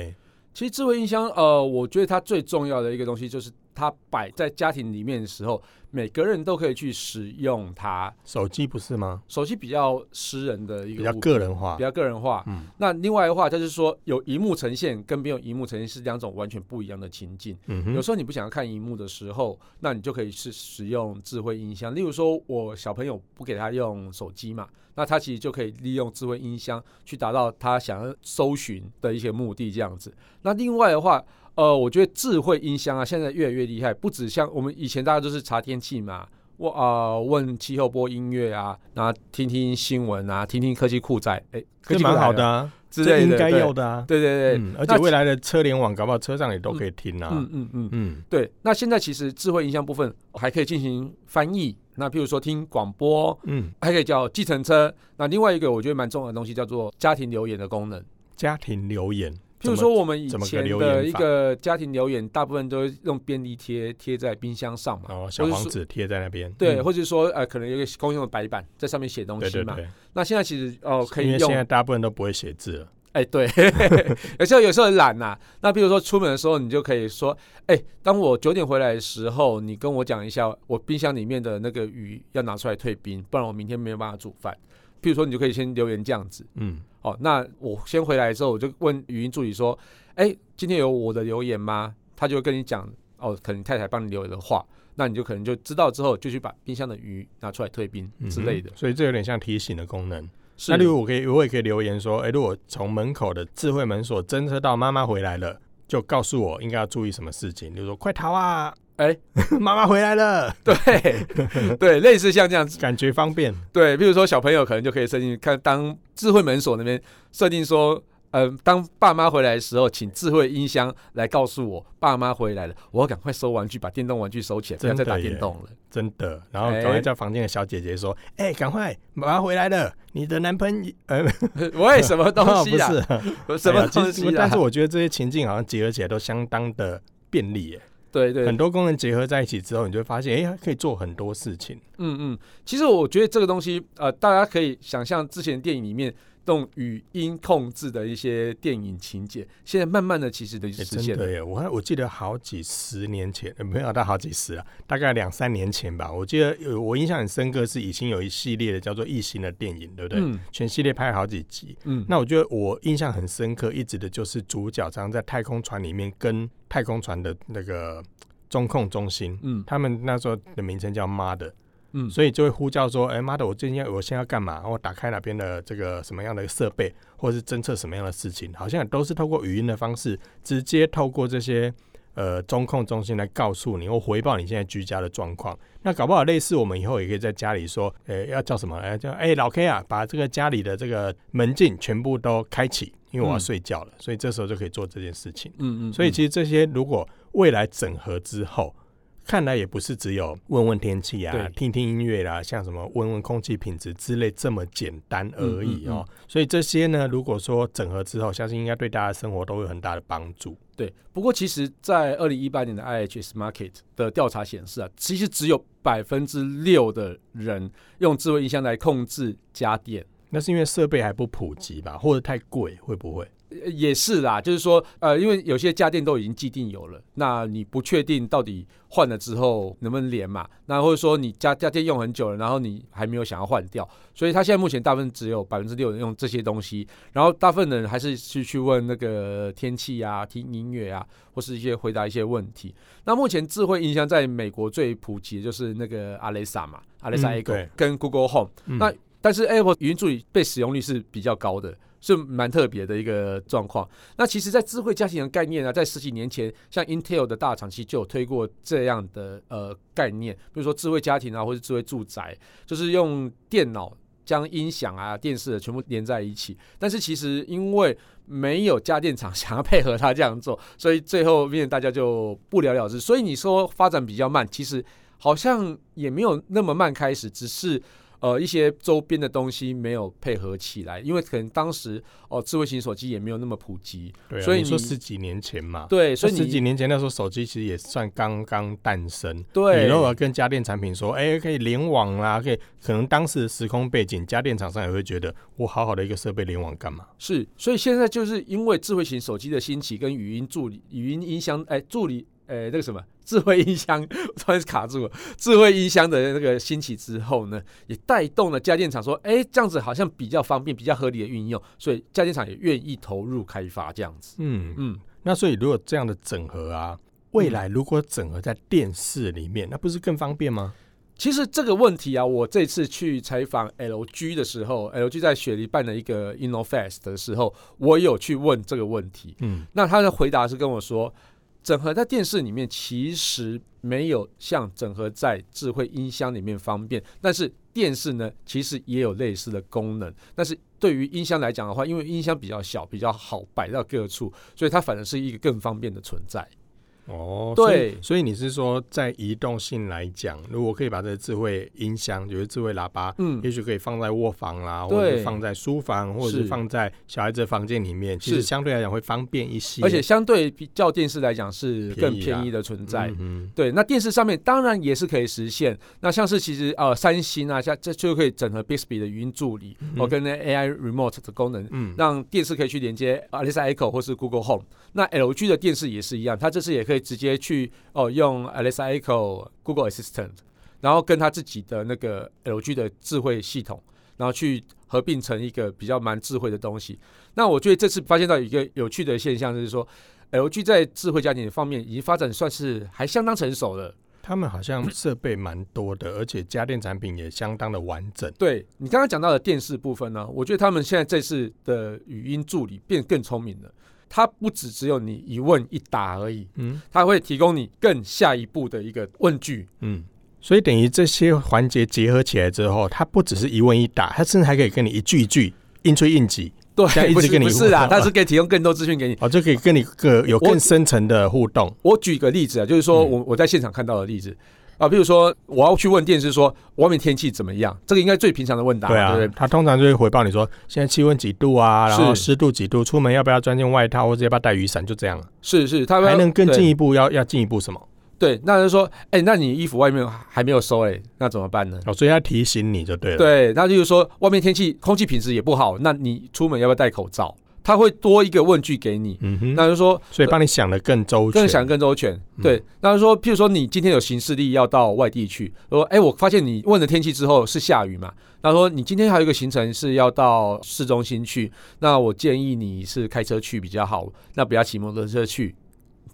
其实智慧音箱，呃，我觉得它最重要的一个东西就是它摆在家庭里面的时候，每个人都可以去使用它。
手机不是吗？
手机比较私人的一
比
个
较
物品
个人化
比。较个人化。
嗯
那另外的话，就是说有荧幕呈现跟没有荧幕呈现是两种完全不一样的情境。
嗯
有
哼，
时候你不想要看荧幕的时候，那你就可以是使用智慧音箱。例如说，我小朋友不给他用手机嘛，那他其实就可以利用智慧音箱去达到他想要搜寻的一些目的，这样子。那另外的话，呃，我觉得智慧音箱啊，现在越来越厉害，不止像我们以前大家都是查天气嘛。我啊、呃问气候播音乐啊，然后听听新闻啊，听听科技酷仔，哎、科
这
技酷
蛮
宅
好
啊
的啊，
之
这
类的，
应该
对
要，的啊。
对对对，
嗯，而且
那
未来的车联网，搞不好车上也都可以听啊
嗯。嗯嗯，
嗯，
对，那现在其实智慧音箱部分还可以进行翻译，那譬如说听广播，
嗯，
还可以叫计程车。那另外一个我觉得蛮重要的东西叫做家庭留言的功能，
家庭留言，
譬如
怎么
说我们以
怎么个
前
留言
的一
法
个家庭留言，大部分都是用便利贴贴在冰箱上嘛，
哦，小
或者
黄
说
纸贴在那边。
对，
嗯
或者说呃可能有一个公用的白板在上面写东
对
西
对
嘛。
对，
那现在其实哦、呃可
因
以
为现
用
在大部分都不会写字了。
哎，对， 有时候有时候很懒呐、那比如说出门的时候，你就可以说，哎，当我九点回来的时候，你跟我讲一下，我冰箱里面的那个鱼要拿出来退冰，不然我明天没有办法煮饭。譬如说，你就可以先留言这样子。
嗯，
哦，那我先回来之后，我就问语音助理说，哎，今天有我的留言吗？他就会跟你讲，哦，可能太太帮你留言的话，那你就可能就知道之后，就去把冰箱的鱼拿出来退冰
嗯哼
之类的。
所以这有点像提醒的功能。
是
那例如我可以，我也可以留言说，哎、如果从门口的智慧门锁侦测到妈妈回来了，就告诉我应该要注意什么事情，例如说快逃啊，
哎
妈妈回来了，
对 对，类似像这样子。
感觉方便。
对，比如说小朋友可能就可以设定，看当智慧门锁那边设定说，呃，当爸妈回来的时候，请智慧音箱来告诉我爸妈回来了，我要赶快收玩具，把电动玩具收起来，不要再
真的
打
耶
电动了。
真的。然后
哎
赶快叫房间的小姐姐说：“哎、赶快，妈妈回来了，你的男朋友……呃，
喂，什么 东西
不
啊？
是，
什
哎
么
呀
东
其
西
实
啊？
但是我觉得这些情境好像结合起来都相当的便利耶，
对嗯对，
很多功能结合在一起之后，你就会发现，哎、它可以做很多事情。
嗯嗯，其实我觉得这个东西，呃，大家可以想象之前电影里面用语音控制的一些电影情节，现在慢慢的其实都
哎
实
真
现了。
的耶！我看我记得好几十年前， 呃没有到好几十啊，大概两三年前吧。我记得有我印象很深刻是已经有一系列的叫做《异形》的电影，对不对？
嗯
全系列拍了好几集。
嗯，
那我觉得我印象很深刻，一直的就是主角常常在太空船里面跟太空船的那个中控中心，
嗯
他们那时候的名称叫 Mother，
嗯
所以就会呼叫说：“哎、妈的，我最近要我现在要干嘛？我打开哪边的这个什么样的设备，或者是侦测什么样的事情？”好像都是透过语音的方式，直接透过这些呃中控中心来告诉你，或回报你现在居家的状况。那搞不好类似我们以后也可以在家里说：“呃、要叫什么？哎、叫哎、老 K 啊，把这个家里的这个门禁全部都开启，因为我要
嗯
睡觉了。所以这时候就可以做这件事情。
嗯嗯，
所以其实这些如果未来整合之后，看来也不是只有问问天气啊
对、
听听音乐啦、像什么问问空气品质之类这么简单而已哦。
嗯嗯
所以这些呢，如果说整合之后，相信应该对大家的生活都有很大的帮助。
对。不过其实，在二零一八年的 IHS Market 的调查显示啊，其实只有百分之六的人用智慧音箱来控制家电。
那是因为设备还不普及吧，或者太贵，会不会？
呃也是啦，就是说，呃，因为有些家电都已经既定有了，那你不确定到底换了之后能不能连嘛？那或者说你家家电用很久了，然后你还没有想要换掉，所以他现在目前大部分只有百分之六人用这些东西，然后大部分人还是去去问那个天气啊、听音乐啊，或是一些回答一些问题。那目前智慧音箱在美国最普及的就是那个 Alexa 嘛，Alexa
嗯
Echo
对
跟 Google Home。
嗯
那但是 Apple 语音助理被使用率是比较高的，是蛮特别的一个状况。那其实，在智慧家庭的概念呢、啊在十几年前，像 Intel 的大厂其实就有推过这样的呃概念，比如说智慧家庭啊，或是智慧住宅，就是用电脑将音响啊、电视的全部连在一起。但是其实因为没有家电厂想要配合它这样做，所以最后面大家就不了了之。所以你说发展比较慢，其实好像也没有那么慢开始，只是呃一些周边的东西没有配合起来，因为可能当时哦、智慧型手机也没有那么普及，
对、啊，
所以
你说
你
十几年前嘛，
对，所以
十几
你
年前那时候手机其实也算刚刚诞生。你
对
如果跟家电产品说，哎、可以联网啦、可以，可能当时的时空背景，家电厂商也会觉得，我好好的一个设备联网干嘛？
是，所以现在就是因为智慧型手机的兴起跟语音助理、语音音箱，哎，助理，哎，那个什么智慧音箱， 突然卡住了。智慧音箱的那个兴起之后呢，也带动了家电厂说，哎，这样子好像比较方便、比较合理的运用，所以家电厂也愿意投入开发这样子。
嗯，
嗯，
那所以如果这样的整合啊，未来如果整合在电视里面，那不是更方便吗？
其实这个问题啊，我这次去采访 LG 的时候，LG 在雪梨办了一个 InnoFest 的时候，我有去问这个问题。
嗯，
那他的回答是跟我说，整合在电视里面其实没有像整合在智慧音箱里面方便，但是电视呢其实也有类似的功能，但是。对于音箱来讲的话，因为音箱比较小，比较好摆到各处，所以它反而是一个更方便的存在。
哦，所以
对
所以你是说，在移动性来讲，如果可以把这个智慧音箱，就是智慧喇叭。
嗯，
也许可以放在卧房啦，
对
或者是放在书房，或者是
是
放在小孩子的房间里面，其实
是
相对来讲会方便一些，
而且相对比较电视来讲是更
便宜啦
便宜的啊存在。
嗯哼
对，那电视上面当然也是可以实现。那像是其实呃，三星啊，像这就可以整合 Bixby 的语音助理，哦、跟那 AI Remote 的功能，
嗯，
让电视可以去连接 Alexa Echo 或是 Google Home。那 LG 的电视也是一样，它这次也可以直接去哦、用 Alexa Echo、Google Assistant，然后跟它自己的那个 LG 的智慧系统，然后去合并成一个比较蛮智慧的东西。那我觉得这次发现到一个有趣的现象，就是说 LG 在智慧家庭方面已经发展算是还相当成熟了。
他们好像设备蛮多的，而且家电产品也相当的完整。
对你刚刚讲到的电视部分呢，我觉得他们现在这次的语音助理变更聪明了。它不只只有你一问一答而已，
嗯
它会提供你更下一步的一个问句。
嗯，所以等于这些环节结合起来之后，它不只是一问一答，它甚至还可以跟你一句一句应催应急，
对
这样一，直
不是
跟你
不是啦，
互动
它是可以提供更多资讯给你。
哦，就可以跟你个有更深层的互动。
我举个例子啊，就是说
嗯
我我在现场看到的例子啊，比如说我要去问电视说外面天气怎么样，这个应该最平常的问答嘛，
对啊
对不，对？
他通常就会回报你说现在气温几度啊，然后
是
湿度几度，出门要不要穿件外套或者要不要带雨伞，就这样。
是是，他们
还能更
呃对
进一步，要要进一步什么？
对，那就说，哎、那你衣服外面还没有收、哎，那怎么办呢？
哦，所以要提醒你就对了。，
对，那就是说，外面天气空气品质也不好，那你出门要不要戴口罩？他会多一个问句给你，
嗯哼，
那就说
所以帮你想的更周全，
更想更周全。
嗯
对，那就说，譬如说你今天有行事历要到外地去，说，哎、我发现你问了天气之后是下雨嘛？那说你今天还有一个行程是要到市中心去，那我建议你是开车去比较好，那不要骑摩托车去。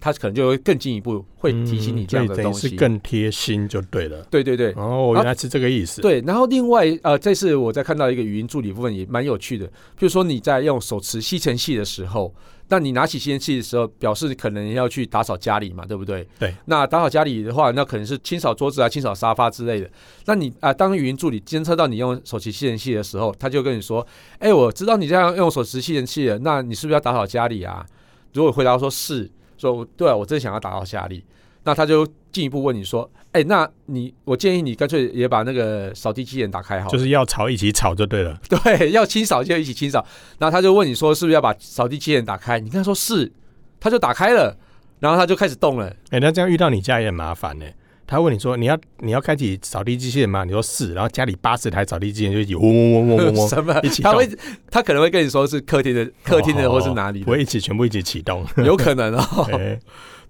他可能就会更进一步会提醒你这样
嗯
的
所以等
东
于
西。
是更贴心就对了。
对对对，
哦，原来是这个意思。
对，然后另外呃，这次我在看到一个语音助理部分也蛮有趣的，比如说你在用手持吸尘器的时候，那你拿起吸尘器的时候，表示可能要去打扫家里嘛，对不对？
对。
那打扫家里的话，那可能是清扫桌子啊、清扫沙发之类的。那你啊、当语音助理监测到你用手持吸尘器的时候，他就跟你说：“哎，我知道你这样用手持吸尘器了，那你是不是要打扫家里啊？”如果回答说是，说我对、啊、我真想要打扫家里，那他就进一步问你说：“哎、那你我建议你干脆也把那个扫地机器人打开好了，
就是要吵一起吵就对了。
对，要清扫就一起清扫。然后他就问你说是不是要把扫地机器人打开？你跟他说是，他就打开了，然后他就开始动了。
哎、那这样遇到你家也很麻烦呢、他问你说你要你要开启扫地机器人吗？你说是，然后家里八十台扫地机器人就一起嗡嗡嗡 嗡嗡嗡，
什么
一？起
他
动
会，他可能会跟你说是客厅的，啊客厅的
哦
或是哪里
不
的，
会一起全部一起启动。
有可能哦。
哎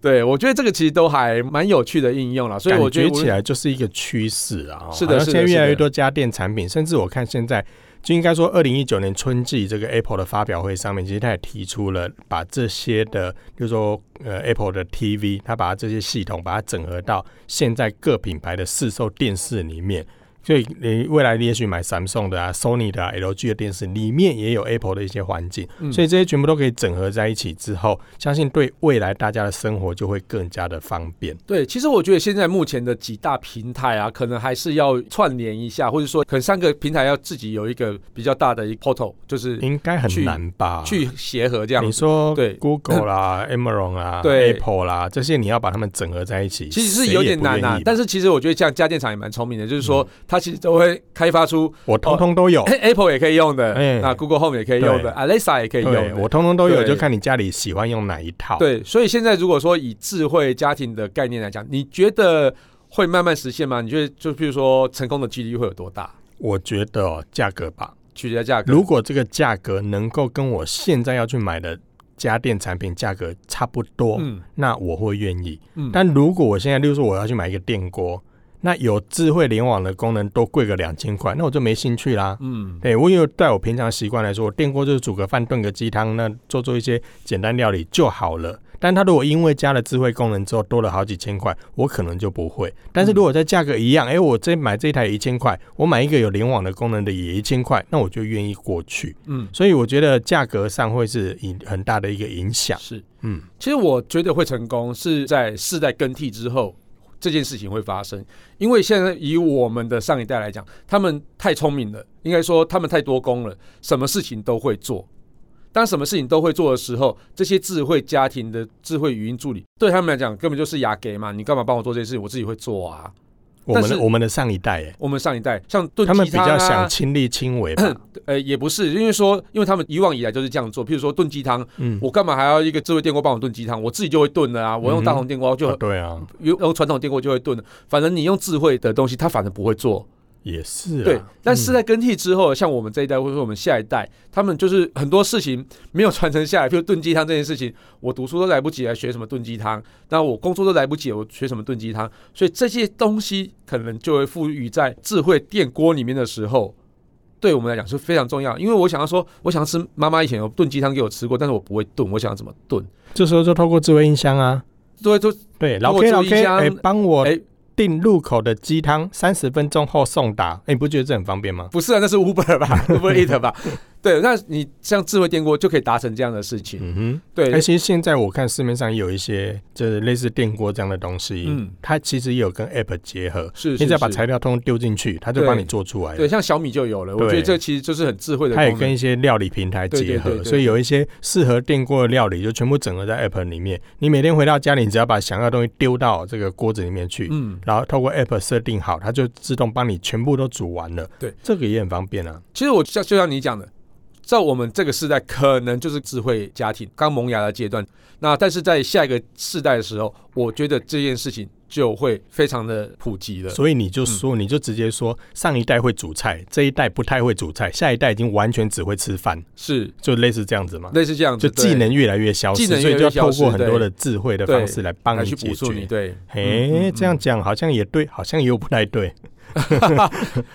对，我觉得这个其实都还蛮有趣的应用啦。所以我觉得
感觉
无
起
论
来就是一个趋势啊。哦
是
好
的
像
是的
现在
是
越
的
来越多家电产品，甚至我看现在就应该说，二零一九年春季这个 Apple 的发表会上面，其实它也提出了把这些的，比如说呃 Apple 的 TV，它把这些系统把它整合到现在各品牌的市售电视里面。所以你未来你也许买 Samsung 的啊、Sony 的啊、LG 的电视，里面也有 Apple 的一些环境，
嗯
所以这些全部都可以整合在一起之后，相信对未来大家的生活就会更加的方便。
对，其实我觉得现在目前的几大平台啊，可能还是要串联一下，或者说可能三个平台要自己有一个比较大的一 portal，就是
应该很
去
难吧？
去协和这样
你
子。
说
对
Google 啦、Amazon 啦、
对
Apple 啦，这些你要把它们整合在一起，
其实是有点难啊
啊。。
但
是
是其实我觉得这样家电厂也蛮聪明的，就是
嗯
说它其实都会开发出哎
我通通都有，
Apple 也可以用的，
哦哎
那 Google Home 也可以用的，Alexa 也可以用
对
的。
我通通都有，
对
就看你家里喜欢用哪一套。，
对，所以现在如果说以智慧家庭的概念来讲，你觉得会慢慢实现吗？你觉得就比如说成功的几率会有多大？
我觉得哦，价格吧，
取决价格。
如果这个价格能够跟我现在要去买的家电产品价格差不多，
嗯
那我会愿意。
嗯，
但如果我现在，例如说我要去买一个电锅，那有智慧联网的功能都贵个两千块，那我就没兴趣啦。
嗯
对，哎我有在我平常习惯来说，我电锅就是煮个饭、炖个鸡汤，那做做一些简单料理就好了。但它如果因为加了智慧功能之后多了好几千块，我可能就不会。但是如果在价格一样，诶，我这买这台一千块，我买一个有联网的功能的也一千块，那我就愿意过去。
嗯
所以我觉得价格上会是影很大的一个影响。
是。
嗯，
其实我觉得会成功是在世代更替之后，这件事情会发生。因为现在以我们的上一代来讲，他们太聪明了，应该说他们太多功了，什么事情都会做。当什么事情都会做的时候，这些智慧家庭的智慧语音助理对他们来讲根本就是牙给嘛，你干嘛帮我做这件事情？我自己会做啊。
我们
但是
的我们的上一代、诶
我们上一代像炖
他们
鸡
比
汤
较
啊
想亲力亲为 吧。
呃，也不是，因为说，因为他们以往以来就是这样做。譬如说炖鸡汤，
嗯，
我干嘛还要一个智慧电锅帮我炖鸡汤？我自己就会炖了啊，我用大红电锅就
哦对啊，
用用传统电锅就会炖的，反正你用智慧的东西，它反正不会做。
也是、啊。
对，但
嗯
世代更替之后，像我们这一代或者说我们下一代，他们就是很多事情没有传承下来，譬如炖鸡汤这件事情，我读书都来不及来学什么炖鸡汤，那我工作都来不及，我学什么炖鸡汤，所以这些东西可能就会赋予在智慧电锅里面的时候。对我们来讲是非常重要，因为我想要说，我想要吃妈妈以前有炖鸡汤给我吃过，但是我不会炖，我想要怎么炖，
这时候就透过智慧音箱啊。
对，就
对，老
我
K
注
老
意
K，
一下
哎、帮我
哎
订入口的鸡汤，三十分钟后送达。哎、你不觉得这很方便吗？
不是啊，那是 Uber 吧，Uber Eat 吧。对，那你像智慧电锅就可以达成这样的事情。
嗯哼。
对，
而其实现在我看市面上也有一些就是类似电锅这样的东西，
嗯
它其实也有跟 App 结合，
是
你
是
只要把
是
材料通通丢进去，它就
对
帮你做出来
对，
了。
像小米就有了，我
对
觉得这其实就是很智慧的
它也
功
跟
能。
一些料理平台
对对
结
对对
合，
对
所以有一些适合电锅的料理就全部整合在 App 里面。你每天回到家里，你只要把想要的东西丢到这个锅子里面去，
嗯，
然后透过 App 设定好，它就自动帮你全部都煮完了。
对，
这个也很方便啊。
其实我像就像你讲的，在我们这个时代，可能就是智慧家庭刚萌芽的阶段。那但是在下一个世代的时候，我觉得这件事情就会非常的普及了。
所以你就说，
嗯
你就直接说，上一代会煮菜，这一代不太会煮菜，下一代已经完全只会吃饭，
是
就类似这样子嘛。
类似这样
就
子，对
技能越来越消失，
技能
所
越
以
来
就
越
要
消失
透过很多的智慧的
对
方式来帮
来
你
去
解
补助你，
决。
对，嗯
哎
嗯，
这样讲好像也对，好像又不太对，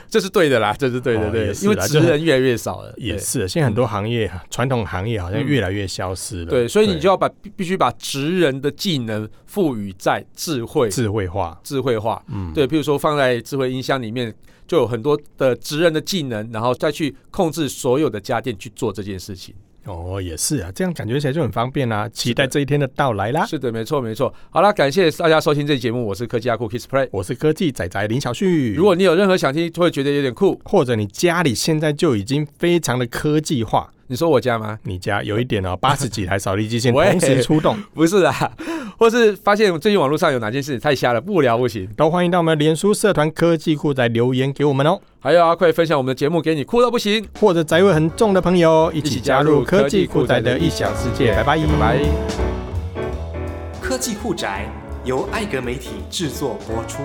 这是对的啦，这是对的，
哦
对
也，是
因为
啦
职
就
人越来越少了，
也
对
是。啊现在很多行业，传统行业好像越来越消失了。
对，所以你就要把必必须把职人的技能赋予在智慧
智慧化，
智慧化。
嗯，
对，譬如说放在智慧音箱里面，就有很多的职人的技能，然后再去控制所有的家电去做这件事情。
哦，也是啊，这样感觉起来就很方便啦。期待这一天的到来啦！
是的，没错，没错。好啦，感谢大家收听这期节目，我是科技阿酷 Kiss Play。
我是科技仔仔林小旭。
如果你有任何想听，会觉得有点酷，
或者你家里现在就已经非常的科技化，
你说我家吗？
你家有一 点哦，八十几台扫地机器人
喂
同时出动，
不是啦，或是发现最近网络上有哪件事情太瞎了，不聊不行。
都欢迎到我们的脸书社团科技库来留言给我们哦。
还有啊，快分享我们的节目给你酷到不行。
或者宅味很重的朋友一起加入科技酷宅的异想世界。拜拜，
拜拜。
科技酷宅由艾格媒体制作播出。